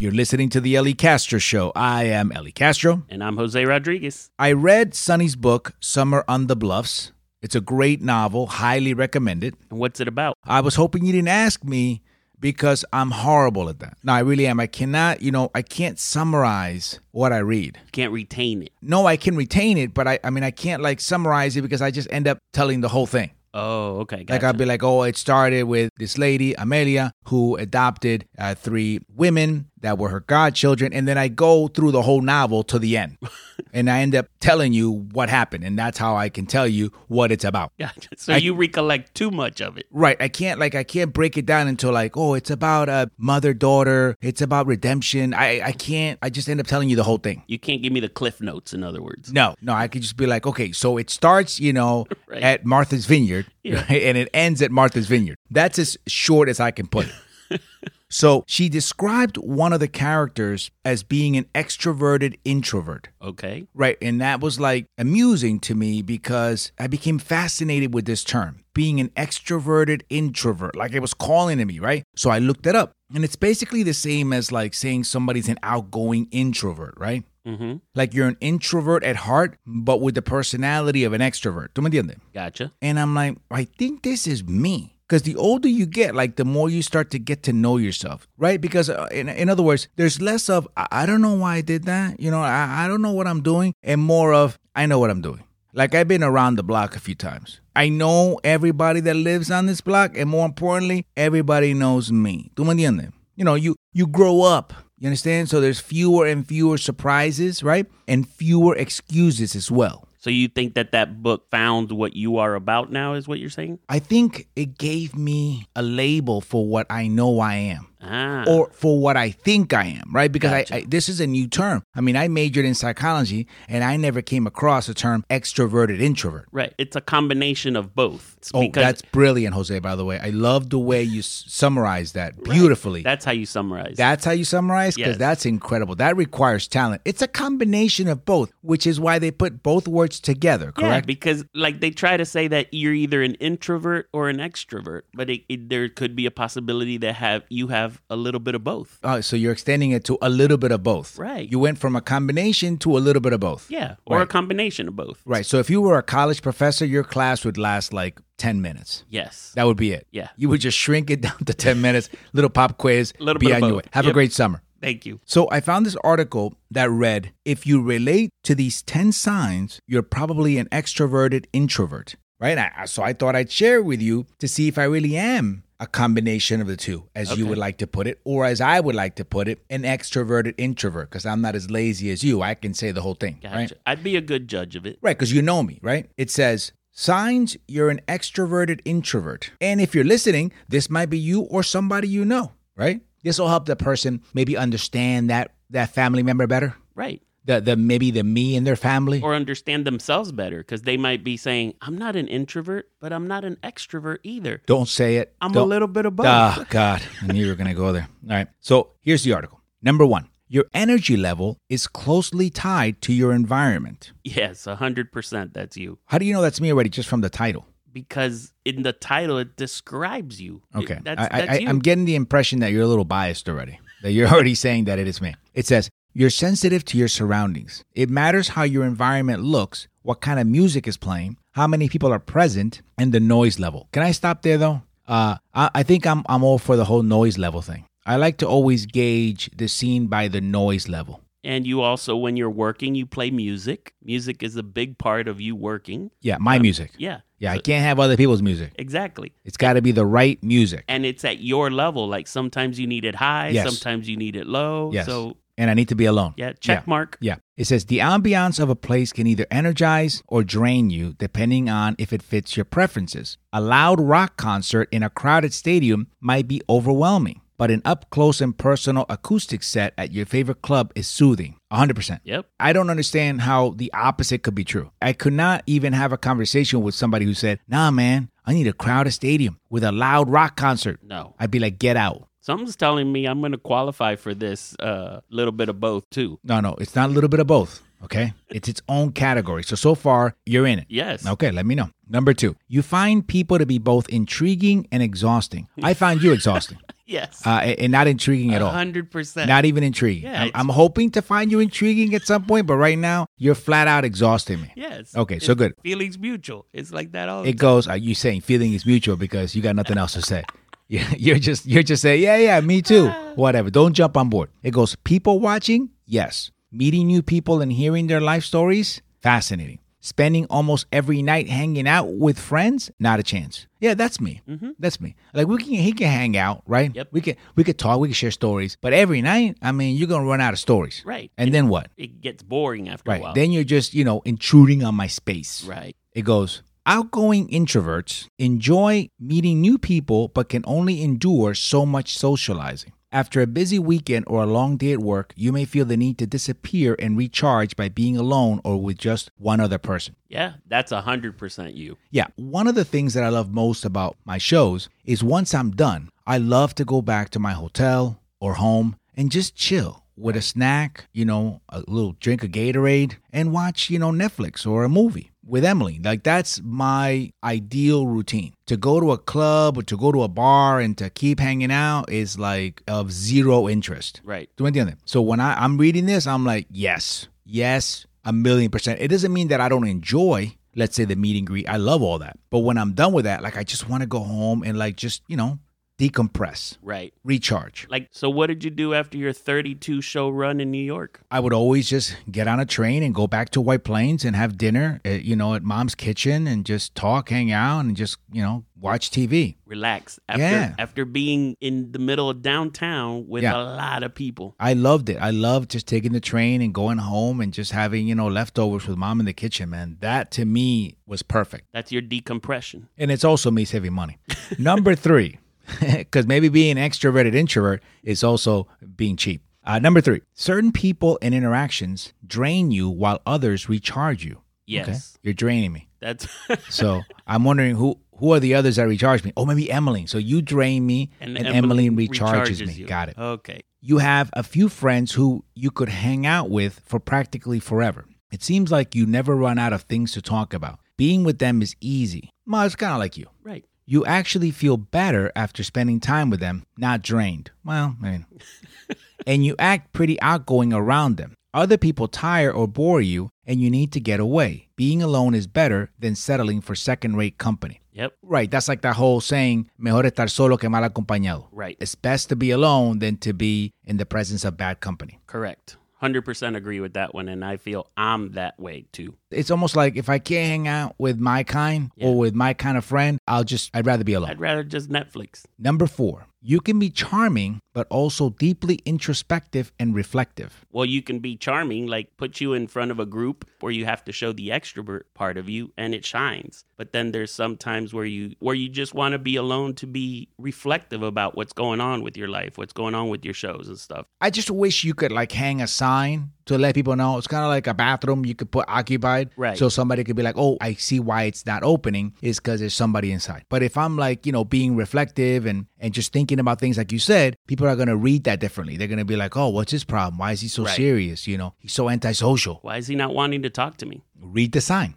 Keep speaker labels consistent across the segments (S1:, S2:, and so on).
S1: You're listening to The Ellie Castro Show. I am Ellie Castro.
S2: And I'm Jose Rodriguez.
S1: I read Sonny's book, Summer on the Bluffs. It's a great novel, highly recommend it.
S2: And what's it about?
S1: I was hoping you didn't ask me because I'm horrible at that. No, I really am. I cannot, you know, I can't summarize what I read.
S2: You can't retain it.
S1: No, I can retain it, but I, I mean, I can't like summarize it because I just end up telling the whole thing.
S2: Oh, okay.
S1: Like
S2: Gotcha.
S1: I'd be like, oh, it started with this lady Amelia who adopted uh, three women that were her godchildren, and then I go through the whole novel to the end, and I end up telling you what happened, and that's how I can tell you what it's about.
S2: Gotcha. So you recollect too much of it.
S1: Right. I can't like I can't break it down into like, oh, it's about a mother daughter. It's about redemption. I I can't. I just end up telling you the whole thing.
S2: You can't give me the cliff notes, in other words.
S1: No, no, I could just be like, okay, so it starts, you know,
S2: Right.
S1: at Martha's Vineyard,
S2: Yeah.
S1: and it ends at Martha's Vineyard. That's as short as I can put it. so she described one of the characters as being an extroverted introvert.
S2: Okay.
S1: Right. And that was like amusing to me because I became fascinated with this term, being an extroverted introvert. Like it was calling to me, right? So I looked it up. And it's basically the same as like saying somebody's an outgoing introvert, right?
S2: Mm-hmm.
S1: Like you're an introvert at heart, but with the personality of an extrovert. ¿Tú me entiendes?
S2: Gotcha.
S1: And I'm like, I think this is me. Because the older you get, like the more you start to get to know yourself, right? Because, uh, in, in other words, there's less of, I, I don't know why I did that. You know, I, I don't know what I'm doing, and more of, I know what I'm doing. Like I've been around the block a few times. I know everybody that lives on this block, and more importantly, everybody knows me. ¿Tú me entiendes? You know, you, you grow up. You understand? So there's fewer and fewer surprises, right? And fewer excuses as well.
S2: So you think that that book found what you are about now, is what you're saying?
S1: I think it gave me a label for what I know I am
S2: Ah.
S1: or for what I think I am, right? Because I,
S2: Gotcha.
S1: I this is a new term. I mean, I majored in psychology and I never came across the term extroverted introvert.
S2: right. It's a combination of both. It's
S1: Oh,
S2: because
S1: that's brilliant, Jose, by the way. I love the way you s- summarize that beautifully.
S2: that's how you summarize.
S1: That's how you summarize? Because
S2: Yes.
S1: that's incredible. That requires talent. It's a combination of both, which is why they put both words together,
S2: Yeah,
S1: correct?
S2: because like they try to say that you're either an introvert or an extrovert, but it, it, there could be a possibility that have you have a little bit of both.
S1: Oh, so you're extending it to a little bit of both.
S2: Right.
S1: You went from a combination to a little bit of both.
S2: Yeah, or a
S1: Right.
S2: combination of both.
S1: Right. So if you were a college professor, your class would last like 10 minutes.
S2: Yes.
S1: That would be it.
S2: Yeah.
S1: You would just shrink it down to 10 minutes, little pop quiz,
S2: Little
S1: be
S2: bit of
S1: on your
S2: both.
S1: way. Have a
S2: Yep.
S1: great summer.
S2: Thank you.
S1: So I found this article that read if you relate to these 10 signs, you're probably an extroverted introvert, right? I, I- so I thought I'd share it with you to see if I really am a combination of the two, as you
S2: Okay.
S1: would like to put it, or as I would like to put it, an extroverted introvert, because I'm not as lazy as you. I can say the whole thing,
S2: Gotcha.
S1: right?
S2: I'd be a good judge of it.
S1: Right, because you know me, right? It says, signs you're an extroverted introvert. And if you're listening, this might be you or somebody you know, right? This will help the person maybe understand that that family member better.
S2: Right.
S1: The the maybe the me and their family.
S2: Or understand themselves better because they might be saying, I'm not an introvert, but I'm not an extrovert either.
S1: Don't say it.
S2: I'm
S1: Don't-
S2: a little bit of both.
S1: Oh God, I knew you were gonna go there. All right. So here's the article. Number one, your energy level is closely tied to your environment.
S2: Yes, 100% that's you.
S1: How do you know that's me already just from the title?
S2: Because in the title, it describes you. It-
S1: Okay.
S2: that's,
S1: I,
S2: that's
S1: I,
S2: you.
S1: I'm getting the impression that you're a little biased already, that you're already saying that it is me. It says, you're sensitive to your surroundings. It matters how your environment looks, what kind of music is playing, how many people are present, and the noise level. Can I stop there though? Uh, I, I think I'm, I'm all for the whole noise level thing. I like to always gauge the scene by the noise level.
S2: and you also, when you're working, you play music. Music is a big part of you working.
S1: Yeah, my music.
S2: Yeah.
S1: Yeah, I can't have other people's music.
S2: Exactly.
S1: It's got to be the right music.
S2: And it's at your level. Like sometimes you need it high,
S1: Yes.
S2: sometimes you need it low.
S1: Yes.
S2: So,
S1: And I need to be alone.
S2: yeah, check mark.
S1: Yeah. It says the ambiance of a place can either energize or drain you depending on if it fits your preferences. A loud rock concert in a crowded stadium might be overwhelming, but an up close and personal acoustic set at your favorite club is soothing. 100%.
S2: Yep.
S1: I don't understand how the opposite could be true. I could not even have a conversation with somebody who said, "Nah, man, I need a crowded stadium with a loud rock concert."
S2: No.
S1: I'd be like, "Get out."
S2: Something's telling me I'm going to qualify for this uh, little bit of both too.
S1: No, no, it's not a little bit of both. Okay. It's its own category. So, so far, you're in it.
S2: Yes.
S1: Okay, let me know. Number two, you find people to be both intriguing and exhausting. I find you exhausting
S2: Yes.
S1: uh, and and not intriguing at all.
S2: 100%.
S1: Not even intriguing.
S2: Yeah,
S1: I'm,
S2: it's-
S1: I'm hoping to find you intriguing at some point, but right now, you're flat out exhausting me.
S2: yes.
S1: Okay, so
S2: It's
S1: good.
S2: Feelings mutual. It's like that all the
S1: It goes, are you saying feeling is mutual because you got nothing else to say? You- You're just you're just saying, yeah, yeah, me too. Whatever. Don't jump on board. It goes, people watching, yes. Meeting new people and hearing their life stories, fascinating. Spending almost every night hanging out with friends, not a chance. Yeah, that's me. That's me. Like we can he can hang out, right?
S2: Mm-hmm. Yep.
S1: We can we could talk, we can share stories. But every night, I mean, you're gonna run out of stories.
S2: Right. Oh,
S1: And then what?
S2: It gets boring after
S1: Right.
S2: a while.
S1: Then you're just, you know, intruding on my space.
S2: right.
S1: It goes, outgoing introverts enjoy meeting new people, but can only endure so much socializing. After a busy weekend or a long day at work, you may feel the need to disappear and recharge by being alone or with just one other person.
S2: Yeah. That's 100% you.
S1: Yeah, one of the things that I love most about my shows is once I'm done, I love to go back to my hotel or home and just chill with a snack, you know, a little drink of Gatorade and watch, you know, Netflix or a movie with Emily. Like that's my ideal routine. To go to a club or to go to a bar and to keep hanging out is like of zero interest.
S2: Right.
S1: Do anything. So when I, I'm reading this, I'm like, yes, yes, a million percent. It doesn't mean that I don't enjoy, let's say, the meet and greet. I love all that. But when I'm done with that, like, I just want to go home and, like, just, you know, decompress,
S2: Right.
S1: recharge.
S2: Like, so what did you do after your 32 show run in New York?
S1: I would always just get on a train and go back to White Plains and have dinner, at, you know, at mom's kitchen and just talk, hang out, and just, you know, watch TV.
S2: Relax after
S1: Yeah.
S2: after being in the middle of downtown with
S1: Yeah.
S2: a lot of people.
S1: I loved it. I loved just taking the train and going home and just having, you know, leftovers with mom in the kitchen, man. That to me was perfect.
S2: That's your decompression.
S1: And it's also me saving money. Number three, because maybe being extroverted introvert is also being cheap. Uh, number three, certain people and interactions drain you while others recharge you.
S2: Yes.
S1: You're draining me.
S2: That's
S1: So I'm wondering who who are the others that recharge me? Oh, maybe Emily. So you drain me and, Emily, recharges, me.
S2: you.
S1: Got it.
S2: Okay.
S1: You have a few friends who you could hang out with for practically forever. It seems like you never run out of things to talk about. Being with them is easy. Well, it's kind of like you
S2: Right.
S1: you actually feel better after spending time with them, not drained. Well, I mean, and you act pretty outgoing around them. Other people tire or bore you, and you need to get away. Being alone is better than settling for second rate company.
S2: Yep.
S1: Right, that's like that whole saying, mejor estar solo que mal acompañado.
S2: Right.
S1: It's best to be alone than to be in the presence of bad company.
S2: Correct. 100% agree with that one. And I feel I'm that way too.
S1: It's almost like if I can't hang out with my kind or with my kind of friend, I'll just, I'd rather be alone.
S2: I'd rather just Netflix.
S1: Number four, you can be charming, but also deeply introspective and reflective.
S2: Well, you can be charming, like put you in front of a group where you have to show the extrovert part of you and it shines. But then there's some times where you where you just want to be alone to be reflective about what's going on with your life, what's going on with your shows and stuff.
S1: I just wish you could like hang a sign to let people know. It's kind of like a bathroom you could put occupied.
S2: Right.
S1: So somebody could be like, oh, I see why it's not opening is because there's somebody inside. But if I'm like, you know, being reflective and, and just thinking about things like you said, people are going to read that differently. They're going to be like, oh, what's his problem? Why is he so
S2: Right.
S1: serious? You know, he's so antisocial.
S2: Why is he not wanting to talk to me?
S1: Read the sign.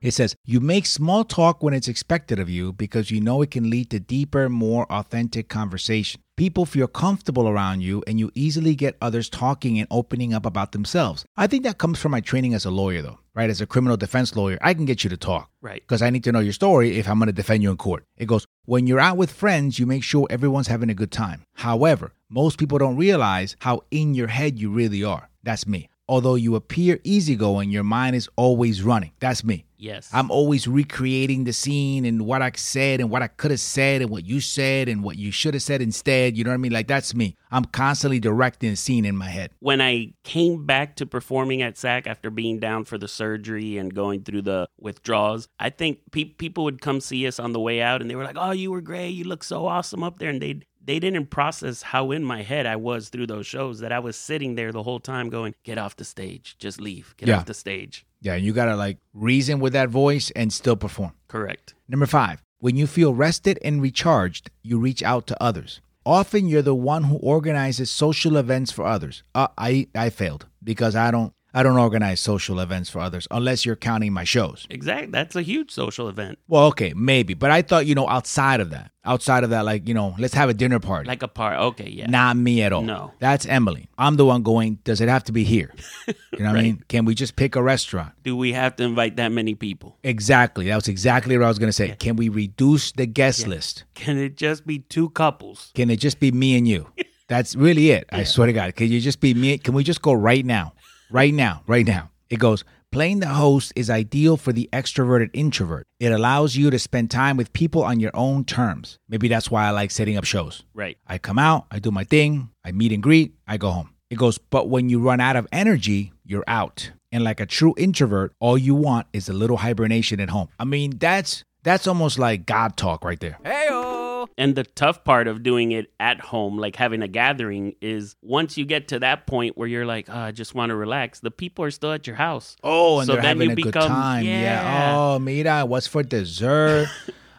S1: It says, You make small talk when it's expected of you because you know it can lead to deeper, more authentic conversation. People feel comfortable around you and you easily get others talking and opening up about themselves. I think that comes from my training as a lawyer, though, right? As a criminal defense lawyer, I can get you to talk
S2: Right.
S1: because I need to know your story if I'm going to defend you in court. It goes, when you're out with friends, you make sure everyone's having a good time. However, most people don't realize how in your head you really are. That's me. Although you appear easygoing, your mind is always running. That's me.
S2: Yes.
S1: I'm always recreating the scene and what I said and what I could have said and what you said and what you should have said instead. You know what I mean? Like, that's me. I'm constantly directing the scene in my head.
S2: when I came back to performing at SAC after being down for the surgery and going through the withdrawals, I think pe- people would come see us on the way out and they were like, "Oh, you were great. You look so awesome up there." And they they didn't process how in my head I was through those shows that I was sitting there the whole time going, "Get off the stage. Just leave. Get
S1: Yeah.
S2: off the stage."
S1: Yeah, and you got to like reason with that voice and still perform.
S2: Correct.
S1: Number five, when you feel rested and recharged, you reach out to others. Often you're the one who organizes social events for others. Uh, I, I failed. because I don't I don't organize social events for others unless you're counting my shows.
S2: Exactly. That's a huge social event,
S1: Well, okay, maybe, but I thought you know outside of that, outside of that, like you know, let's have a dinner party.
S2: like a part. Okay, yeah.
S1: Not me at all.
S2: No.
S1: that's Emily. I'm the one going. Does it have to be here? You know what I mean? Can we just pick a restaurant?
S2: Do we have to invite that many people?
S1: Exactly. That was exactly what I was going to say. Can we reduce the guest list?
S2: Can it just be two couples?
S1: Can it just be me and you? That's really it. I swear to God. Can you just be me? Can we just go right now? Right now. Right now. It goes, playing the host is ideal for the extroverted introvert. It allows you to spend time with people on your own terms. Maybe that's why I like setting up shows.
S2: Right.
S1: I come out, I do my thing, I meet and greet, I go home. It goes, but when you run out of energy, you're out. And like a true introvert, all you want is a little hibernation at home. I mean, that's that's almost like God talk right there.
S2: And the tough part of doing it at home, like having a gathering, is once you get to that point where you're like, oh, I just want to relax, the people are still at your house.
S1: Oh, and
S2: So
S1: they're
S2: then
S1: having
S2: you
S1: a good
S2: become-
S1: time. Yeah.
S2: yeah.
S1: Oh, mira, what's for dessert?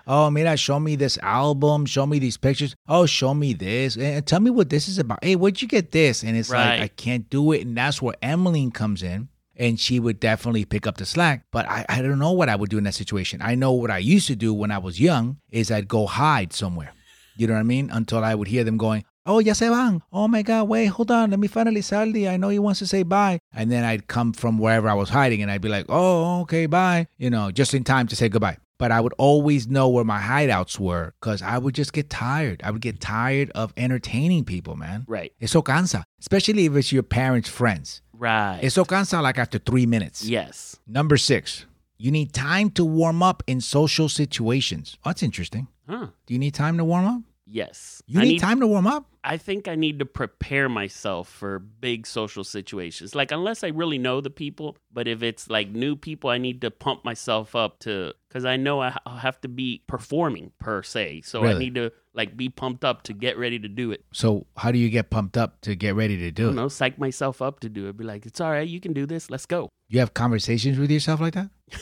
S1: oh, mira, show me this album. Show me these pictures. Oh, show me this. And and tell me what this is about. Hey, where'd you get this? And it's like,
S2: Right.
S1: I can't do it. And that's where Emmeline comes in. And she would definitely pick up the slack. But I, I don't know what I would do in that situation. I know what I used to do when I was young is I'd go hide somewhere. You know what I mean? Until I would hear them going, Oh, ya se van. Oh my God, wait, hold on. Let me finally Saldi. I know he wants to say bye. And then I'd come from wherever I was hiding and I'd be like, Oh, okay, bye. You know, just in time to say goodbye. But I would always know where my hideouts were because I would just get tired. I would get tired of entertaining people, man.
S2: Right.
S1: Eso cansa, especially if it's your parents' friends.
S2: Right.
S1: Eso cansa like after three minutes.
S2: yes.
S1: Number six, you need time to warm up in social situations. Oh, that's interesting.
S2: Huh.
S1: Do you need time to warm up?
S2: Yes.
S1: You
S2: I
S1: need, time to warm up?
S2: I think I need to prepare myself for big social situations. Like unless I really know the people, but if it's like new people, I need to pump myself up to cuz I know I- I'll have to be performing per se. So I
S1: Really?
S2: need to like be pumped up to get ready to do it.
S1: So how do you get pumped up to get ready to do
S2: You
S1: it?
S2: know, psych myself up to do it. Be like, "It's all right, you can do this. Let's go."
S1: You have conversations with yourself like that?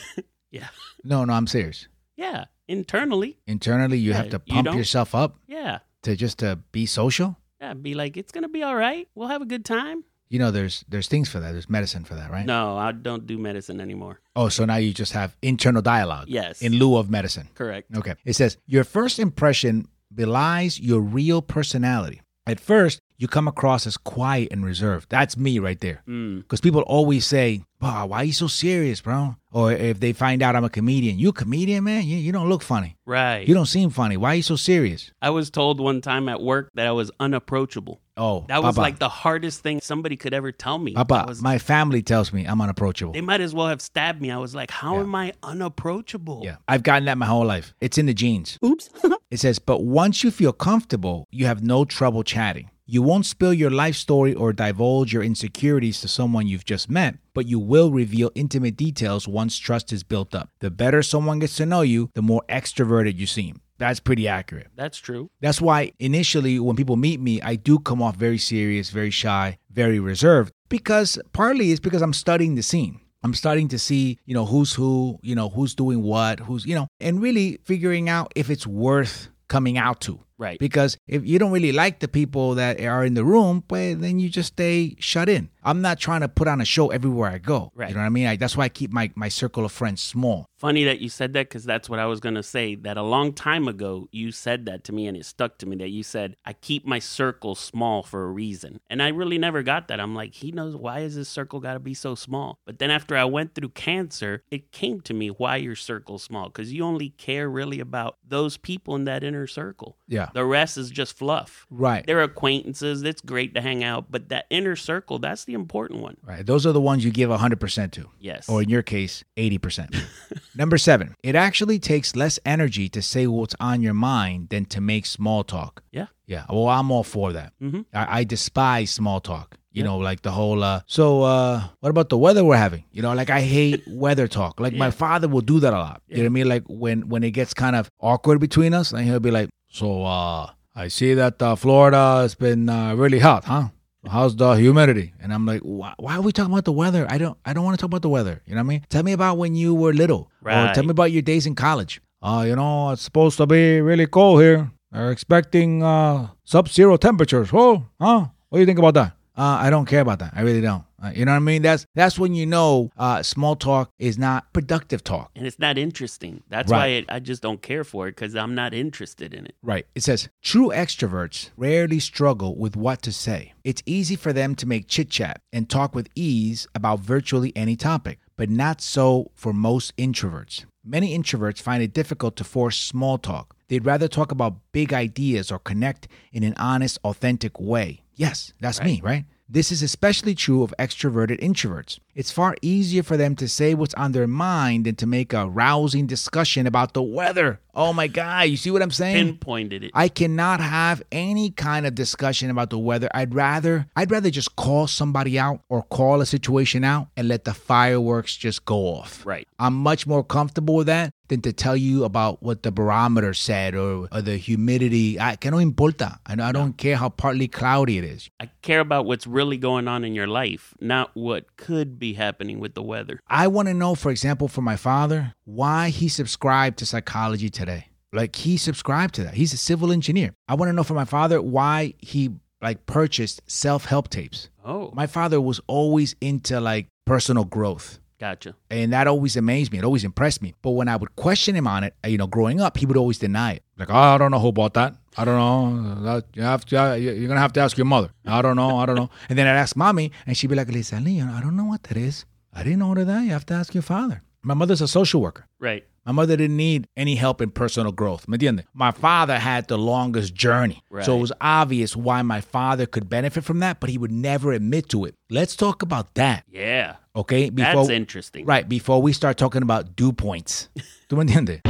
S2: Yeah.
S1: No, no, I'm serious.
S2: Yeah, internally.
S1: Internally, you
S2: Yeah,
S1: have to
S2: you
S1: pump
S2: don't-
S1: yourself up
S2: Yeah.
S1: to just to be social.
S2: Yeah, be like, "It's going to be all right. We'll have a good time."
S1: You know, there's there's things for that. There's medicine for that, right?
S2: No, I don't do medicine anymore.
S1: Oh, so now you just have internal dialogue.
S2: Yes.
S1: In lieu of medicine.
S2: Correct.
S1: Okay. It says your first impression belies your real personality. At first, you come across as quiet and reserved. That's me right there.
S2: Mm.
S1: Because people always say, "Wow, why you so serious, bro?" Or if they find out I'm a comedian, you a comedian, man? You, you don't look funny.
S2: Right.
S1: You don't seem funny. Why you so serious?
S2: I was told one time at work that I was unapproachable.
S1: Oh,
S2: That was
S1: Papa,
S2: like the hardest thing somebody could ever tell me. I
S1: Papa,
S2: was-
S1: my family tells me I'm unapproachable.
S2: they might as well have stabbed me. I was like, how
S1: Yeah.
S2: am I unapproachable?
S1: Yeah, I've gotten that my whole life. It's in the genes. Oops. it says, but once you feel comfortable, you have no trouble chatting. You won't spill your life story or divulge your insecurities to someone you've just met, but you will reveal intimate details once trust is built up. The better someone gets to know you, the more extroverted you seem. That's pretty accurate.
S2: That's true.
S1: That's why initially, when people meet me, I do come off very serious, very shy, very reserved, because partly it's because I'm studying the scene. I'm starting to see, you know, who's who, you know, who's doing what, who's, you know, and really figuring out if it's worth coming out to.
S2: Right.
S1: Because if you don't really like the people that are in the room, well, then you just stay shut in. I'm not trying to put on a show everywhere I go.
S2: Right.
S1: You know what I mean? I, that's why I keep my, my circle of friends small.
S2: Funny that you said that because that's what I was going to say. That a long time ago, you said that to me and it stuck to me that you said, I keep my circle small for a reason. And I really never got that. I'm like, he knows why is his circle got to be so small? But then after I went through cancer, it came to me why your circle's small because you only care really about those people in that inner circle.
S1: Yeah.
S2: The rest is just fluff.
S1: Right.
S2: They're acquaintances. It's great to hang out, but that inner circle, that's the important one.
S1: Right. Those are the ones you give 100% to.
S2: Yes.
S1: or in your case, 80%. Number seven, it actually takes less energy to say what's on your mind than to make small talk.
S2: yeah.
S1: Yeah, well, I'm all for that.
S2: Mhm.
S1: I, I despise small talk. You
S2: Yeah.
S1: know, like the whole, uh, so uh, what about the weather we're having? You know, like I hate weather talk. Like my father will do that a lot. You know what I mean? Like when when it gets kind of awkward between us, and he'll be like, so uh, I see that uh, Florida has been uh, really hot, huh? How's the humidity? And I'm like, why, why are we talking about the weather? I don't, I don't want to talk about the weather. You know what I mean? Tell me about when you were little, or
S2: Right.
S1: tell me about your days in college. Uh, you know, it's supposed to be really cold here. They're expecting uh, sub-zero temperatures. Oh, huh? What do you think about that? Uh, I don't care about that. I really don't. Uh, you know what I mean? That's that's when you know uh, small talk is not productive talk.
S2: and it's not interesting. That's why
S1: Right.
S2: it, I just don't care for it because I'm not interested in it.
S1: Right. It says true extroverts rarely struggle with what to say. It's easy for them to make chit chat and talk with ease about virtually any topic, but not so for most introverts. Many introverts find it difficult to force small talk. They'd rather talk about big ideas or connect in an honest, authentic way. Yes, that's me, right? This is especially true of extroverted introverts. It's far easier for them to say what's on their mind than to make a rousing discussion about the weather. Oh my God, you see what I'm saying?
S2: Pinpointed it.
S1: I cannot have any kind of discussion about the weather. I'd rather I'd rather just call somebody out or call a situation out and let the fireworks just go off.
S2: Right.
S1: I'm much more comfortable with that than to tell you about what the barometer said or, or the humidity. I que no importa. I, I don't care how partly cloudy it is.
S2: I care about what's really going on in your life, not what could be happening with the weather.
S1: I want to know, for example, for my father, why he subscribed to Psychology Today. Like he subscribed to that. He's a civil engineer. I want to know for my father why he like purchased self-help tapes.
S2: Oh,
S1: My father was always into like personal growth.
S2: gotcha.
S1: And that always amazed me. It always impressed me. But when I would question him on it, uh, you know, growing up, he would always deny it. Like, oh, I don't know who bought that. I don't know. That- You have to, you're going to have to ask your mother. I don't know. I don't know. And then I'd ask mommy, and she'd be like, listen, Leon, I don't know what that is. I didn't order that. You have to ask your father. My mother's a social worker.
S2: Right.
S1: My mother didn't need any help in personal growth. ¿Me entiende? My father had the longest journey. So it
S2: Right.
S1: was obvious why my father could benefit from that, but he would never admit to it. Let's talk about that,
S2: Yeah.
S1: okay?
S2: That's interesting.
S1: Right, before we start talking about dew points. ¿Tú me entiendes?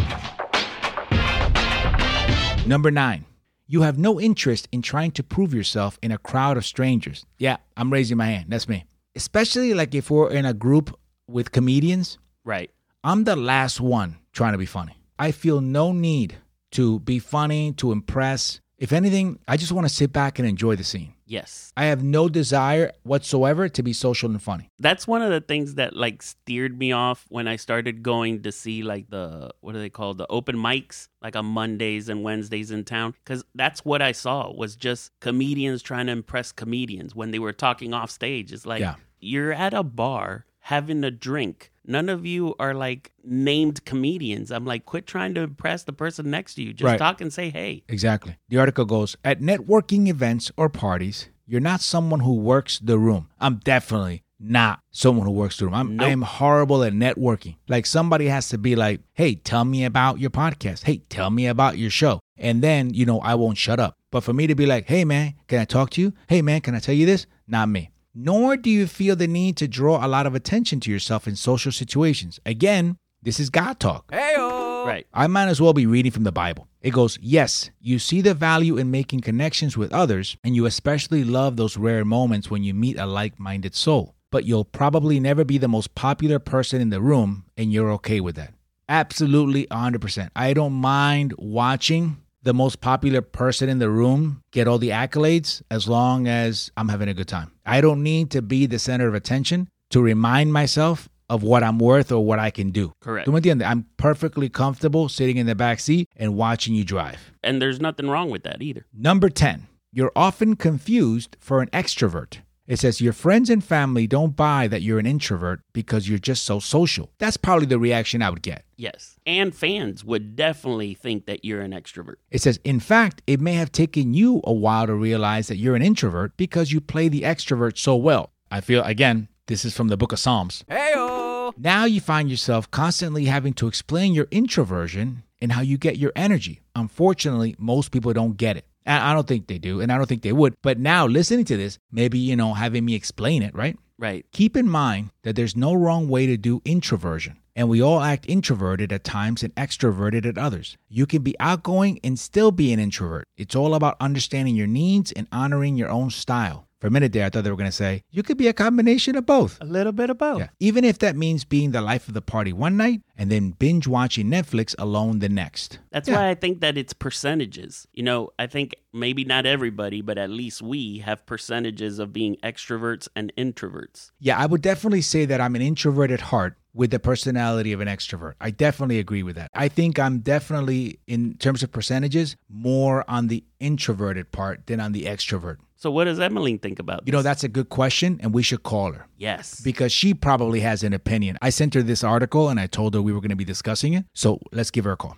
S1: Number nine, you have no interest in trying to prove yourself in a crowd of strangers. Yeah, I'm raising my hand. That's me. Especially like if we're in a group with comedians.
S2: Right.
S1: I'm the last one trying to be funny. I feel no need to be funny, to impress. If anything, I just want to sit back and enjoy the scene.
S2: Yes.
S1: I have no desire whatsoever to be social and funny.
S2: That's one of the things that like steered me off when I started going to see like the what are they called the open mics like on Mondays and Wednesdays in town cuz that's what I saw was just comedians trying to impress comedians when they were talking off stage. It's like
S1: Yeah.
S2: you're at a bar having a drink. None of you are like named comedians. I'm like quit trying to impress the person next to you. Just
S1: Right.
S2: talk and say hey.
S1: Exactly. The article goes At networking events or parties, you're not someone who works the room. I'm definitely not someone who works the room. I'm, I am horrible at networking. Like somebody has to be like, hey, tell me about your podcast. Hey, tell me about your show. And then, you know, I won't shut up. But for me to be like, hey, man, can I talk to you? Hey, man, can I tell you this? Not me. Nor do you feel the need to draw a lot of attention to yourself in social situations. Again, this is God talk.
S2: Right.
S1: I might as well be reading from the Bible. It goes, Yes, you see the value in making connections with others, and you especially love those rare moments when you meet a like minded soul. But you'll probably never be the most popular person in the room, and you're okay with that. Absolutely 100%. I don't mind watching the most popular person in the room get all the accolades as long as I'm having a good time. I don't need to be the center of attention to remind myself of what I'm worth or what I can do.
S2: Correct.
S1: ¿Tú me entiendes? I'm perfectly comfortable sitting in the back seat and watching you drive.
S2: And there's nothing wrong with that either.
S1: Number 10, you're often confused for an extrovert. It says your friends and family don't buy that you're an introvert because you're just so social. That's probably the reaction I would get.
S2: Yes. And fans would definitely think that you're an extrovert.
S1: It says, in fact, it may have taken you a while to realize that you're an introvert because you play the extrovert so well. I feel, again, this is from the book of Psalms. Now you find yourself constantly having to explain your introversion and how you get your energy. Unfortunately, most people don't get it. And I don't think they do, and I don't think they would. But now listening to this, maybe, you know, having me explain it, right?
S2: Right.
S1: Keep in mind that there's no wrong way to do introversion, and we all act introverted at times and extroverted at others. You can be outgoing and still be an introvert. It's all about understanding your needs and honoring your own style. For a minute there, I thought they were going to say, you could be a combination of both.
S2: A little bit of both.
S1: Yeah. Even if that means being the life of the party one night and then binge watching Netflix alone the next.
S2: That's
S1: Yeah.
S2: why I think that it's percentages. You know, I think maybe not everybody, but at least we have percentages of being extroverts and introverts.
S1: Yeah, I would definitely say that I'm an introvert at heart with the personality of an extrovert. I definitely agree with that. I think I'm definitely, in terms of percentages, more on the introverted part than on the extrovert.
S2: So what does Emmeline think about this?
S1: You know, that's a good question, and we should call her
S2: yes.
S1: because she probably has an opinion. I sent her this article and I told her we were going to be discussing it. So let's give her a call.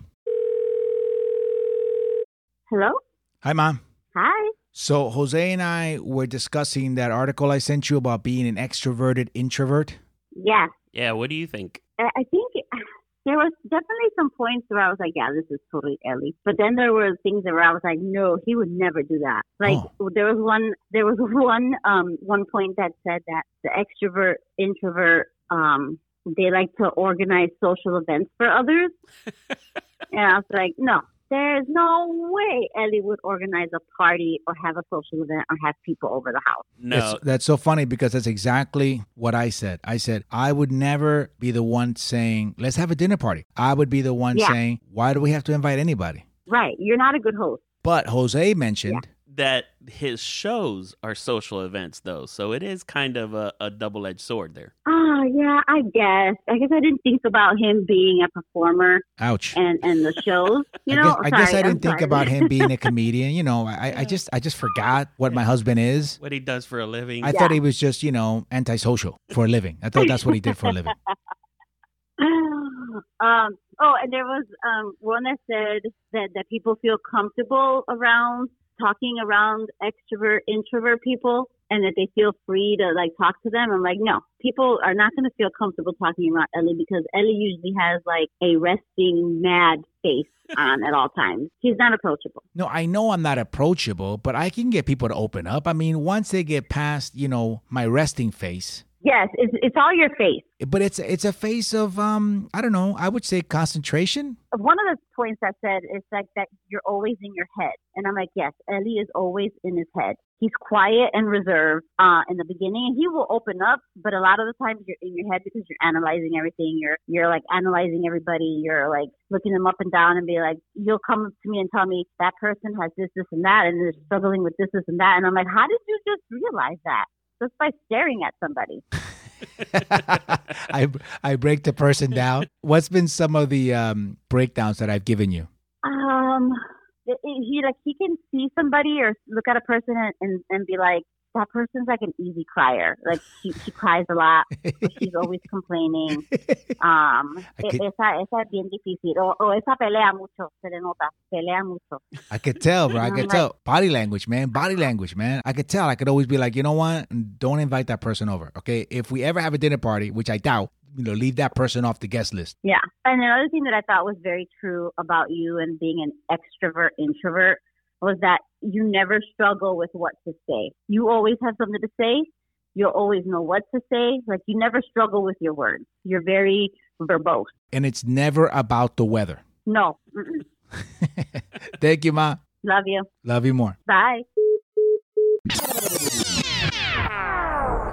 S3: Hello?
S1: Hi, Mom.
S3: Hi.
S1: So Jose and I were discussing that article I sent you about being an extroverted introvert.
S3: Yes.
S2: yeah, what do you think?
S3: I I think there was definitely some points where I was like, yeah, this is totally Ellie. But then there were things where I was like, no, he would never do that. Like there was one, there was one, um, one point that said that the extrovert, introvert, um, they like to organize social events for others. and I was like, no, there's no way Ellie would organize a party or have a social event or have people over the house.
S2: No.
S1: It's- that's so funny because that's exactly what I said. I said, I would never be the one saying, let's have a dinner party. I would be the one
S3: Yeah.
S1: saying, why do we have to invite anybody?
S3: Right. You're not a good host.
S1: But Jose mentioned,
S2: that his shows are social events though. So it is kind of a, a double edged sword there.
S3: Oh yeah, I guess. I guess I didn't think about him being a performer
S1: ouch.
S3: and and the shows. You
S1: I
S3: know,
S1: guess, I, guess
S3: Sorry,
S1: I
S3: I'm
S1: didn't think
S3: sorry.
S1: about him being a comedian. You know, I, I just I just forgot what my husband is.
S2: What he does for a living.
S1: I thought he was just, you know, antisocial for a living. I thought that's what he did for a living.
S3: um. Oh, and there was um one that said that that people feel comfortable around talking around extrovert introvert people and that they feel free to like talk to them. I'm like, no, people are not going to feel comfortable talking about Ellie because Ellie usually has like a resting mad face on at all times. She's not approachable.
S1: No, I know I'm not approachable, but I can get people to open up. I mean, once they get past, you know, my resting face,
S3: Yes, it's it's all your face.
S1: but it's it's a face of um, I don't know, I would say concentration.
S3: one of the points that said is like that you're always in your head, and I'm like, yes, Ellie is always in his head. He's quiet and reserved uh, in the beginning, and he will open up, but a lot of the times you're in your head because you're analyzing everything. You're you're like analyzing everybody. You're like looking them up and down, and be like, you'll come up to me and tell me that person has this, this, and that, and they're struggling with this, this, and that, and I'm like, how did you just realize that? Just by staring at somebody.
S1: I I break the person down. What's been some of the um, breakdowns that I've given you?
S3: Um, it- it- he like he can see somebody or look at a person and, and, and be like, that person's like an easy crier. Like she, she cries a lot. or She's always complaining. Um,
S1: I
S3: e-
S1: could-
S3: esa, esa es bien difícil. O, o esa pelea mucho. Se le nota. Pelea mucho.
S1: I could tell, bro. I
S3: I'm
S1: could
S3: like-
S1: tell. Body language, man. Body language, man. I could tell. I could always be like, you know what? Don't invite that person over. Okay. If we ever have a dinner party, which I doubt, you know, leave that person off the guest list.
S3: Yeah. And another thing that I thought was very true about you and being an extrovert introvert was that you never struggle with what to say. You always have something to say. You'll always know what to say. Like you never struggle with your words. You're very verbose.
S1: And it's never about the weather.
S3: No. Mm-mm.
S1: Thank you, Ma.
S3: Love you.
S1: Love you more.
S3: Bye.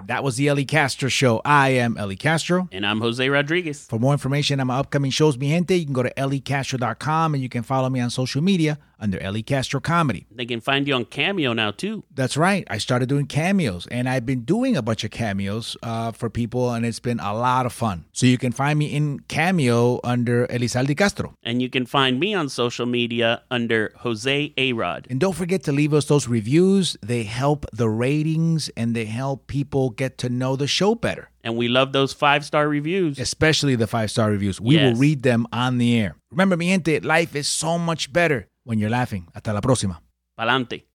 S1: That was the Ellie Castro Show. I am Ellie Castro.
S2: and I'm Jose Rodriguez.
S1: For more information on my upcoming shows, mi gente, you can go to E elliecastro.com and you can follow me on social media under Ellie Castro Comedy.
S2: They can find you on Cameo now too.
S1: That's right. I started doing cameos, and I've been doing a bunch of cameos uh, for people, and it's been a lot of fun. So you can find me in Cameo under Elizalde Castro.
S2: And you can find me on social media under Jose Arod.
S1: And don't forget to leave us those reviews. They help the ratings and they help people get to know the show better,
S2: And we love those five star reviews.
S1: especially the five star reviews. We
S2: Yes.
S1: will read them on the air. Remember, mi gente, life is so much better when you're laughing. Hasta la próxima.
S2: Palante.